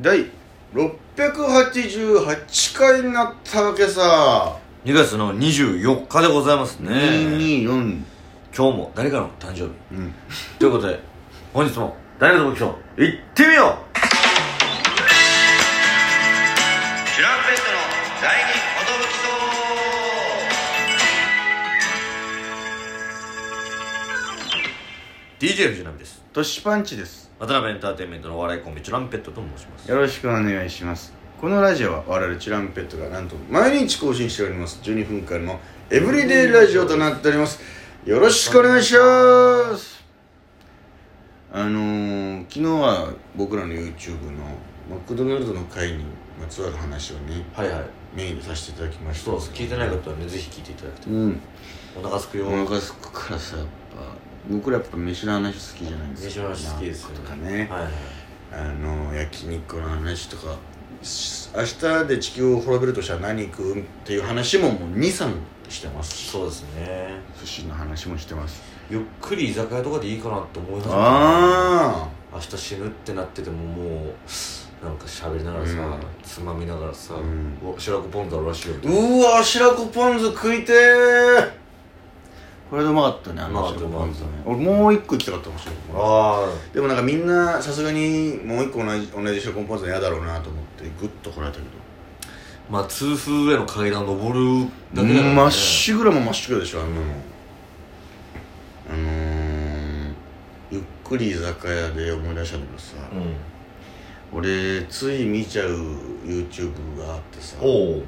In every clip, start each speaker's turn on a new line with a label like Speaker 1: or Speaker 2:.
Speaker 1: 第688回になったわけさ、
Speaker 2: 2月の24日でございますね
Speaker 1: 224
Speaker 2: 今日も誰かの誕生日
Speaker 1: うん
Speaker 2: ということで本日も誰の目標行ってみようチュランペットの第二寿 DJ 藤波です
Speaker 1: トシパンチです
Speaker 2: 渡辺エンターテインメントのお笑いコンビチュランペットと申します
Speaker 1: よろしくお願いしますこのラジオは我々チュランペットがなんと毎日更新しております12分間のエブリデイラジオとなっておりますよろしくお願いしますあのー、昨日は僕らの YouTube のマクドナルドの会にまつわる話をね
Speaker 2: はいはい
Speaker 1: メインでさせていただきました
Speaker 2: そうです聞いてない方はねぜひ聞いていただきたい
Speaker 1: うん
Speaker 2: お腹すくよ
Speaker 1: お腹すくからさやっぱ僕らやっぱ飯の話好きじゃないですか
Speaker 2: 飯の話好きですよね
Speaker 1: とかね
Speaker 2: はいはい
Speaker 1: あの焼肉の話とかし明日で地球を滅びるとしたら何食うっていう話ももう23してますし
Speaker 2: そうですね
Speaker 1: 寿司の話もしてます
Speaker 2: ゆっくり居酒屋とかでいいかなって思い始めた
Speaker 1: あ
Speaker 2: 明日死ぬってなっててももうなんか喋りながらさ、
Speaker 1: うん
Speaker 2: つまみながらさ、
Speaker 1: ん
Speaker 2: うわ白子ポン酢あるらしいよ
Speaker 1: あ
Speaker 2: みたいな
Speaker 1: うわ白子ポン酢食いてーこれでうまかったねあ
Speaker 2: う
Speaker 1: の
Speaker 2: まかった
Speaker 1: 白子ポン酢ね
Speaker 2: うま
Speaker 1: 俺もう一個行きたかった面白い
Speaker 2: あ
Speaker 1: でもなんかみんなさすがにもう一個同じ同じ白子ポン酢は嫌だろうなと思ってグッとこらえたけど
Speaker 2: あまあ痛風への階段登るだけだから、ね、
Speaker 1: まっしぐらもまっしぐらでしょあんなのあのー、ゆっくり居酒屋で思い出したんだけどさ、
Speaker 2: うん
Speaker 1: 俺つい見ちゃう YouTube があってさ
Speaker 2: おう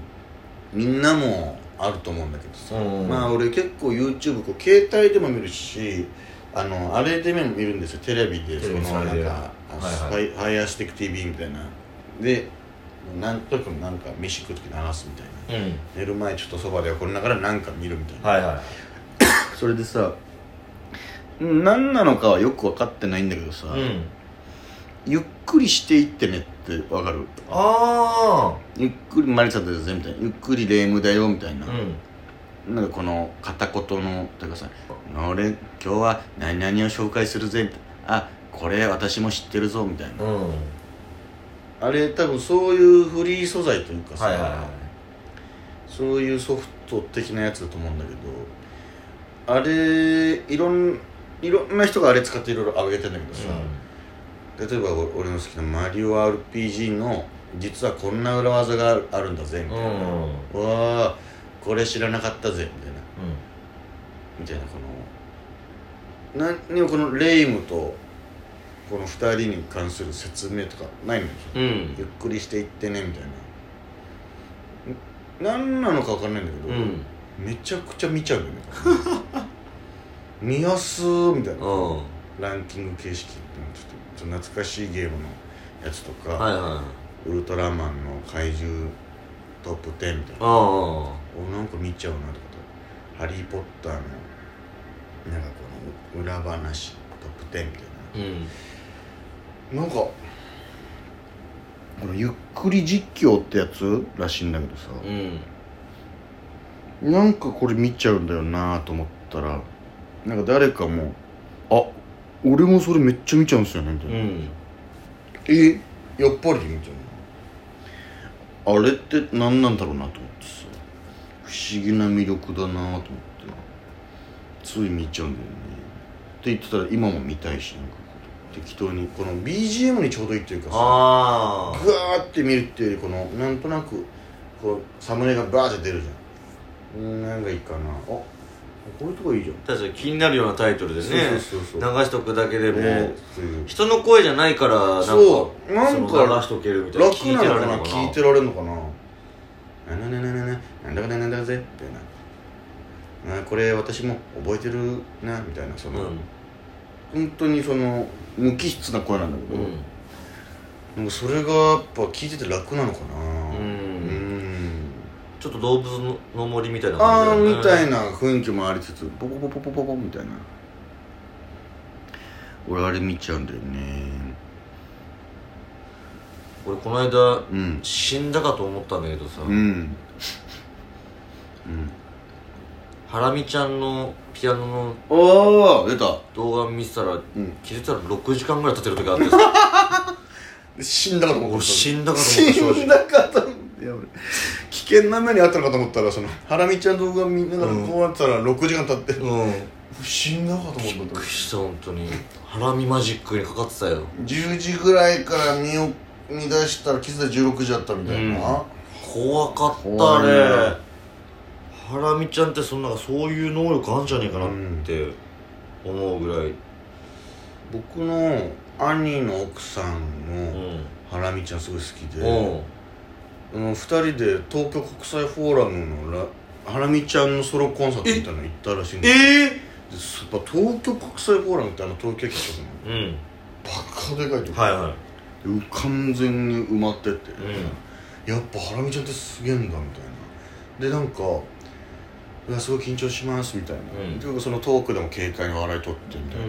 Speaker 1: みんなもあると思うんだけどさ、
Speaker 2: うん
Speaker 1: まあ俺結構 YouTube こう携帯でも見るしあのあれでも見るんですよテレビで
Speaker 2: テ
Speaker 1: その
Speaker 2: レビ
Speaker 1: なんか、
Speaker 2: はいはい
Speaker 1: あのスパイファイアースティック TV みたいなでなんとなくなんか飯食う時流すみたいな
Speaker 2: うん
Speaker 1: 寝る前ちょっとそばでこれながらなんか見るみたいな
Speaker 2: はいはい
Speaker 1: それでさうん何なのかはよく分かってないんだけどさ、
Speaker 2: うん
Speaker 1: ゆっくりしていってねって分かる
Speaker 2: あ
Speaker 1: ゆっくりマリサだぜみたいなゆっくりレ夢ムだよみたい
Speaker 2: あ
Speaker 1: な
Speaker 2: う、ん
Speaker 1: なんかこの片言のというかさ「俺今日は何々を紹介するぜ」みたいな「あこれ私も知ってるぞ」みたいな、
Speaker 2: うん
Speaker 1: あれ多分そういうフリー素材というかさ、
Speaker 2: はいはいは
Speaker 1: そういうソフト的なやつだと思うんだけどあれいろんいろんな人があれ使っていろいろ上げてんだけど
Speaker 2: い
Speaker 1: さ、例えばお俺の好きな「マリオ RPG」の実はこんな裏技があるんだぜみた
Speaker 2: う
Speaker 1: いな、
Speaker 2: んうん
Speaker 1: うわあこれ知らなかったぜみたいな
Speaker 2: うん
Speaker 1: みたいなこのなんにもこのレイムとこの2人に関する説明とかないのよ、
Speaker 2: うん
Speaker 1: ゆっくりしていってねみたいな何なのか分かんないんだけど、
Speaker 2: うん
Speaker 1: めちゃくちゃ見ちゃ うよね見やすーみたいな
Speaker 2: うん
Speaker 1: ランキング形式ってちょっと懐かしいゲームのやつとか、
Speaker 2: はいはい
Speaker 1: ウルトラマンの怪獣トップ10みたいな
Speaker 2: あ
Speaker 1: おなんか見ちゃうなとかと「ハリー・ポッター」のなんかこの裏話トップ10みたい
Speaker 2: あうん
Speaker 1: ななんかこのゆっくり実況ってやつらしいんだけどさ、
Speaker 2: うん
Speaker 1: なんかこれ見ちゃうんだよなと思ったらなんか誰かも「あ俺もそれめっちゃ見ちゃうんすよね」みたいうな、
Speaker 2: ん
Speaker 1: えやっぱりみたいなあれって何なんだろうなと思ってさ不思議な魅力だなと思ってつい見ちゃうんだよねって言ってたら今も見たいしなんか適当にこの BGM にちょうどいいっていうかさ
Speaker 2: ああ
Speaker 1: グワーって見るっていうよりこのなんとなくこうサムネがバーって出るじゃんうんなんかいいかなあこういうとこいいじゃん
Speaker 2: 確かに気になるようなタイトルでね
Speaker 1: そうそうそうそう
Speaker 2: 流しとくだけでも、
Speaker 1: ねそういう
Speaker 2: 人の声じゃないからなんか
Speaker 1: そうなんか
Speaker 2: その流しとけるみたいな
Speaker 1: 楽なのかな
Speaker 2: 聞
Speaker 1: 聞
Speaker 2: い
Speaker 1: い
Speaker 2: て
Speaker 1: て
Speaker 2: ら
Speaker 1: られるのかななんだかなんだかなんだかなんだかぜみたいなあこれ私も覚えてるなみたいなそ
Speaker 2: れ
Speaker 1: の、
Speaker 2: るのか
Speaker 1: 本当にその無機質な声なんだけ
Speaker 2: な
Speaker 1: ど、
Speaker 2: うん
Speaker 1: なんかそれがやっぱ聞いてて楽なのかな
Speaker 2: うん、
Speaker 1: うん
Speaker 2: ちょっと動物の森みたいな
Speaker 1: ああ
Speaker 2: 感じだよね
Speaker 1: みたいな雰囲気もありつつポポポポポポポみたいな俺あれ見ちゃうんだよね
Speaker 2: 俺この間
Speaker 1: うん
Speaker 2: 死んだかと思ったんだけどさ、
Speaker 1: うんうん
Speaker 2: ハラミちゃんのピアノの
Speaker 1: ああ出た
Speaker 2: 動画見てた
Speaker 1: う
Speaker 2: ら
Speaker 1: ん
Speaker 2: 気づいたら6時間ぐらい経ってる時あってさ
Speaker 1: 死んだかと思った
Speaker 2: 俺死んだかと思った
Speaker 1: 死んだかと思っていや俺危険な目にあったのかと思ったらそのハラミちゃんの動画見ながらこうやってたら6時間経って、
Speaker 2: うん
Speaker 1: 死んだかと思った
Speaker 2: びっくりした本当にハラミマジックにかかってたよ
Speaker 1: 10時ぐらいから身を見出したら気づいたら16時だったみたいな、
Speaker 2: うん怖かったね
Speaker 1: 怖いね
Speaker 2: ハラミちゃんってそんなんかそういう能力あんじゃねえかなって思うぐらい
Speaker 1: 僕の兄の奥さん
Speaker 2: う
Speaker 1: の
Speaker 2: ん
Speaker 1: ハラミちゃんすごい好きで、
Speaker 2: うん
Speaker 1: あの2人で東京国際フォーラムのラハラミちゃんのソロコンサートみたいなの行ったらしいんです
Speaker 2: え
Speaker 1: ですやっぱ東京国際フォーラムってあの東京駅とかの
Speaker 2: えうん
Speaker 1: バカでかいとこ、
Speaker 2: はいは
Speaker 1: で完全に埋まってて、
Speaker 2: う
Speaker 1: やっぱハラミちゃんってすげえんだみたいなでなんか「いやすごい緊張します」みたいな、
Speaker 2: うん
Speaker 1: でそのトークでも軽快に笑い取ってみ
Speaker 2: い
Speaker 1: たいな、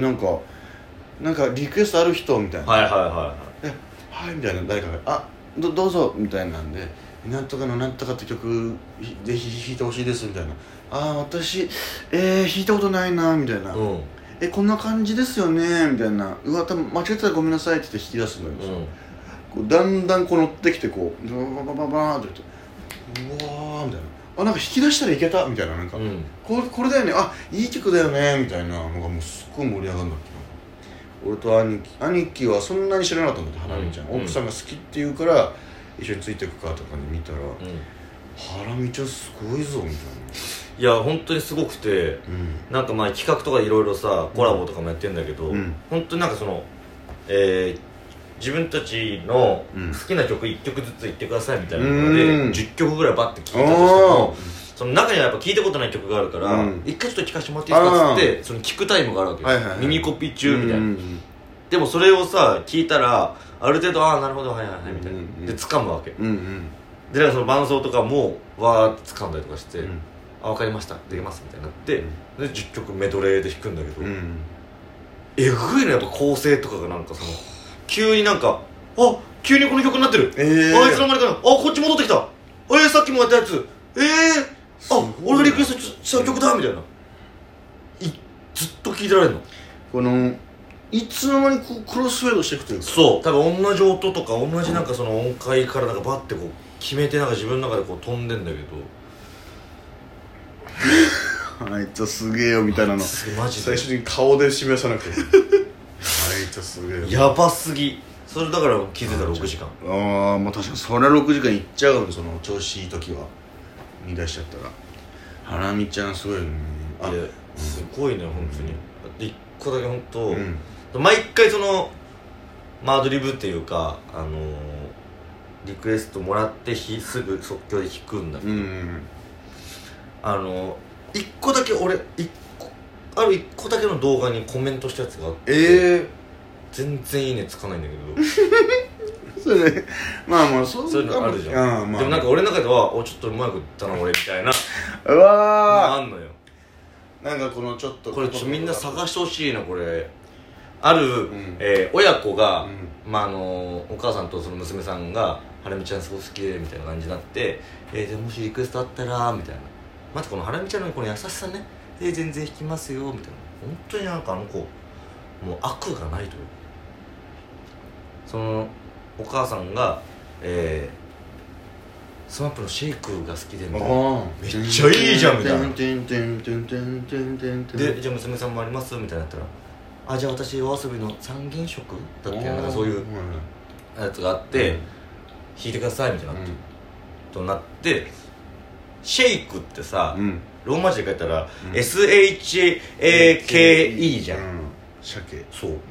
Speaker 1: でなんか「なんかリクエストある人」みたいな
Speaker 2: はいはいは
Speaker 1: ではい」みたいな誰かが「あどどうぞ」みたいなんで「なんとかのなんとかって曲ひぜひ弾いてほしいです」みたいな「ああ私えー、弾いたことないな」みたいな「
Speaker 2: いはい
Speaker 1: えこんな感じですよね」みたいな「うわ多分間違ってたらごめんなさい」って言って引き出すのよ、
Speaker 2: うんうん
Speaker 1: こうだんだんこう乗ってきてこうバババババーって言って「うわー」みたいな「あなんか引き出したらいけた」みたいななんか、
Speaker 2: うん
Speaker 1: これこれだよねあいい曲だよねみたいなのがもうすっごい盛り上がるんだって俺と兄貴兄貴はそんなに知らなかったんだってハラミちゃん、
Speaker 2: うん
Speaker 1: 奥さんが好きって言うから一緒についてくかとかに見たら、ハラミちゃんすごいぞみたい
Speaker 2: いや本当にすごくてなんかまあ企画とかいろいろさコラボとかもやってんだけど、
Speaker 1: うん
Speaker 2: 本当になんかそのえー自分たちの
Speaker 1: うん
Speaker 2: 好きな曲1曲ずつ言ってくださいみたいなので、
Speaker 1: うん
Speaker 2: 10曲ぐらいバッて聴い
Speaker 1: な
Speaker 2: たとして
Speaker 1: お
Speaker 2: も
Speaker 1: ー
Speaker 2: その中にはやっぱ聴いたことない曲があるから、
Speaker 1: うん
Speaker 2: 一回ちょっと聴かせてもらっていいですかっつってその聴くタイムがあるわけよ、
Speaker 1: はいはいはい
Speaker 2: ミニコピー中みたいな、
Speaker 1: うん
Speaker 2: でもそれをさ聴いたらある程度ああなるほどはいはいはいみたいな、
Speaker 1: うんうんうん
Speaker 2: で掴むわけ
Speaker 1: うんうん
Speaker 2: でなんかその伴奏とかもわーって掴んだりとかして、
Speaker 1: うん
Speaker 2: あ分かりましたできますみたいになって、で10曲メドレーで弾くんだけど、
Speaker 1: うん
Speaker 2: えぐいのやっぱ構成とかがなんかその急になんかあ急にこの曲になってる、
Speaker 1: ええ
Speaker 2: あいつの間にかなあこっち戻ってきたえー、さっきもやったやつえー、
Speaker 1: すごい
Speaker 2: あ俺がリクエストした曲だみたいないずっと聴いてられるの
Speaker 1: このいつの間にこうクロスフェードしていくというか
Speaker 2: そう多分同じ音とか同じなんかその音階からなんかバッてこう決めてなんか自分の中でこう飛んでんだけど
Speaker 1: あいつすげえよみたいなの
Speaker 2: すげえマジで
Speaker 1: 最終的に顔で示さなくてあいつすげえよ
Speaker 2: やばすぎそれだから気づいたら6時間
Speaker 1: ああまあ確かにそれ6時間いっちゃうのその調子いい時は見出しちゃったらハラミちゃんすごいよねあ
Speaker 2: いやすごいね本当にで1個だけ本当、
Speaker 1: うん
Speaker 2: 毎回そのまあアドリブっていうかあのーリクエストもらってひすぐ即興で弾くんだけ
Speaker 1: う
Speaker 2: ど、
Speaker 1: ん
Speaker 2: あのー、1個だけ俺一個ある1個だけの動画にコメントしたやつがあって
Speaker 1: ええ
Speaker 2: 全然いいねつかないんだけど
Speaker 1: それねまあまあそう
Speaker 2: そういうのあるじゃん、
Speaker 1: うんまあ
Speaker 2: でもなんか俺の中ではおちょっとうまくいったな俺みたいな
Speaker 1: うわ
Speaker 2: あ
Speaker 1: あ
Speaker 2: んのよ
Speaker 1: なんかこのちょっと
Speaker 2: これちょっとみんな探
Speaker 1: し
Speaker 2: してほしいなこれある、
Speaker 1: ん
Speaker 2: えー親子が、
Speaker 1: う
Speaker 2: まああのお母さんとその娘さんが「ハラミちゃんすごい好きで」みたいな感じになって「えー、じゃあもしリクエストあったら」みたいなまたこのハラミちゃんのこの優しさね「えー、全然弾きますよ」みたいな本当になんかあの子もう悪がないというそのお母さんがえー、スマップのシェイクが好きでみたいな
Speaker 1: あ
Speaker 2: めっちゃいいじゃんみたいな
Speaker 1: てんてんてんてんてんてんてん
Speaker 2: でじゃあ娘さんもありますみたいになったら「あじゃあ私夜遊びの三原色」だっけなんかそういうやつがあって
Speaker 1: うん
Speaker 2: 「弾いてください」みたいな
Speaker 1: う
Speaker 2: となってシェイクってさ
Speaker 1: ん
Speaker 2: ローマ字で書いたら
Speaker 1: うん
Speaker 2: SHAKE じゃん
Speaker 1: ん鮭
Speaker 2: そうだ
Speaker 1: う
Speaker 2: か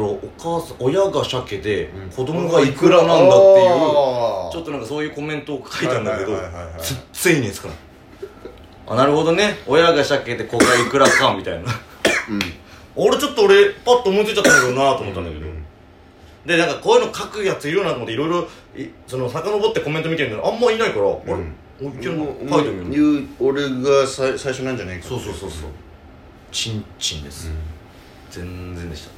Speaker 2: らお母さん親が鮭で
Speaker 1: うん
Speaker 2: 子供がイクラなんだっていう
Speaker 1: あー
Speaker 2: ちょっとなんかそういうコメントを書いたんだけど
Speaker 1: はいはいはいはい
Speaker 2: 全然いいねつかないあなるほどね親が鮭で子がイクラかみたいな
Speaker 1: うん
Speaker 2: 俺ちょっと俺パッと思いついちゃったんだけどなと思ったんだけど
Speaker 1: うん
Speaker 2: でなんかこういうの書くやついるなと思っていろいろいその遡ってコメント見てるんだけどあんまいないから、あれ
Speaker 1: うん
Speaker 2: おいけるな
Speaker 1: もう
Speaker 2: 書いてみる
Speaker 1: 言う俺がさい最初なんじゃないか
Speaker 2: そうそうそうそうチンチンです、全然でし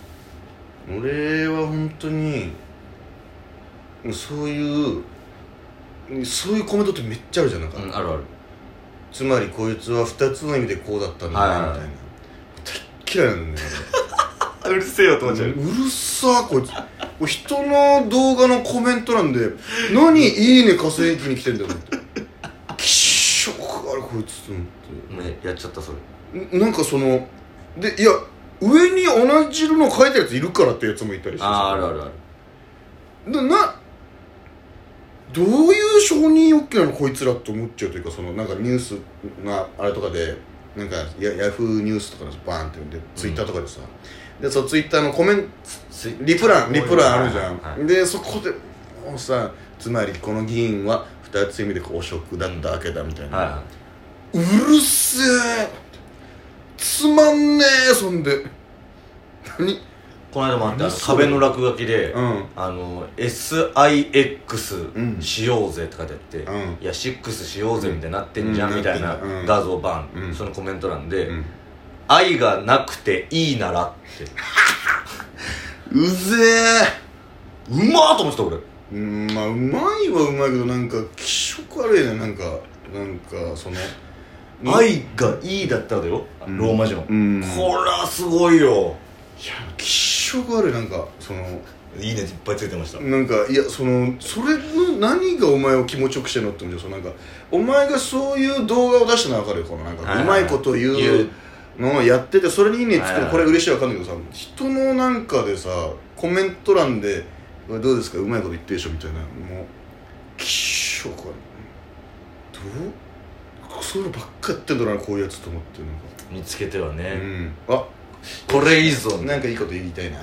Speaker 1: 俺は本当にそういうそういうコメントってめっちゃあるじゃんなん
Speaker 2: た
Speaker 1: か、
Speaker 2: うんあるある
Speaker 1: つまりこいつは2つの意味でこうだったんだ
Speaker 2: はい
Speaker 1: な
Speaker 2: はい
Speaker 1: みたい
Speaker 2: はい
Speaker 1: な大っ嫌いなんだよ
Speaker 2: うるせえよと
Speaker 1: うるさーこいつ人の動画のコメント欄で「何いいね稼ぎに来てんだよ」って「きっしょくあれこいつ」と思
Speaker 2: ねやっちゃったそれ
Speaker 1: ってんなんかそのでいや上に同じの書いたやついるからってやつもいたりして
Speaker 2: あーあるあるある
Speaker 1: ななどういう承認欲求なのこいつらって思っちゃうというかそのなんかニュースがあれとかでなんかヤヤフーニュースとかのバーンってでツイッターとかでさ、でそのツイッターのコメン
Speaker 2: す
Speaker 1: リプランリプランあるじゃん、
Speaker 2: はい
Speaker 1: でそこでもうさつまりこの議員は二つ意味で汚職だったわけだみたいな、
Speaker 2: は
Speaker 1: うるせえつまんねえそんで何
Speaker 2: いこの間もあってあの
Speaker 1: 何それ
Speaker 2: 壁の落書きで
Speaker 1: うん
Speaker 2: あの SIX
Speaker 1: ん
Speaker 2: しようぜとかってやっ
Speaker 1: う
Speaker 2: て、
Speaker 1: ん
Speaker 2: いや6しようぜみたいになってんじゃん、
Speaker 1: うん
Speaker 2: みたいな
Speaker 1: うん
Speaker 2: 画像バン、
Speaker 1: うん
Speaker 2: そのコメント欄で、
Speaker 1: うん
Speaker 2: 愛がなくていいならって
Speaker 1: うぜえ
Speaker 2: うまーと思ってた
Speaker 1: う
Speaker 2: 俺
Speaker 1: んまあうまいはうまいけどなんか気色悪いねなんかなんかその
Speaker 2: 愛がいいだったらだよ、
Speaker 1: うん
Speaker 2: ローマ字の、
Speaker 1: うん
Speaker 2: これはすごいよ
Speaker 1: 気色悪いなんかその
Speaker 2: いいねいっぱいついてました
Speaker 1: なんかいやそのそれの何がお前を気持ちよくしてんのって思うよそのなんかお前がそういう動画を出したのは分かるよこのなん
Speaker 2: はいは
Speaker 1: かう
Speaker 2: い
Speaker 1: まいこと言
Speaker 2: 言
Speaker 1: う
Speaker 2: う
Speaker 1: のをやっててそれにいいねっつって
Speaker 2: はい
Speaker 1: る
Speaker 2: はい
Speaker 1: これ嬉しい分かんないけどさ人のなんかでさコメント欄で「これどうですかうまいこと言ってるでしょ」みたいなもう気色悪いどうそういうのばっかやってんだろうなこういうやつと思ってな
Speaker 2: 見つけてはね、
Speaker 1: んか、うん、あ
Speaker 2: これいいぞ
Speaker 1: なんかいいこと言いた いな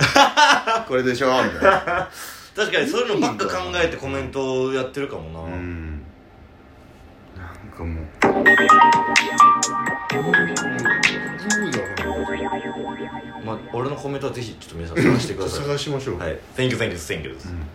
Speaker 1: これでしょみたいな
Speaker 2: 確かにそういうのばっか考えてコメントをやってるかもな、
Speaker 1: うんなんかもう意味が分かんない
Speaker 2: まあ、俺のコメントはぜひちょっと皆さん探してください
Speaker 1: 探しましょう、
Speaker 2: はい Thank you, thank you, thank you です、
Speaker 1: うん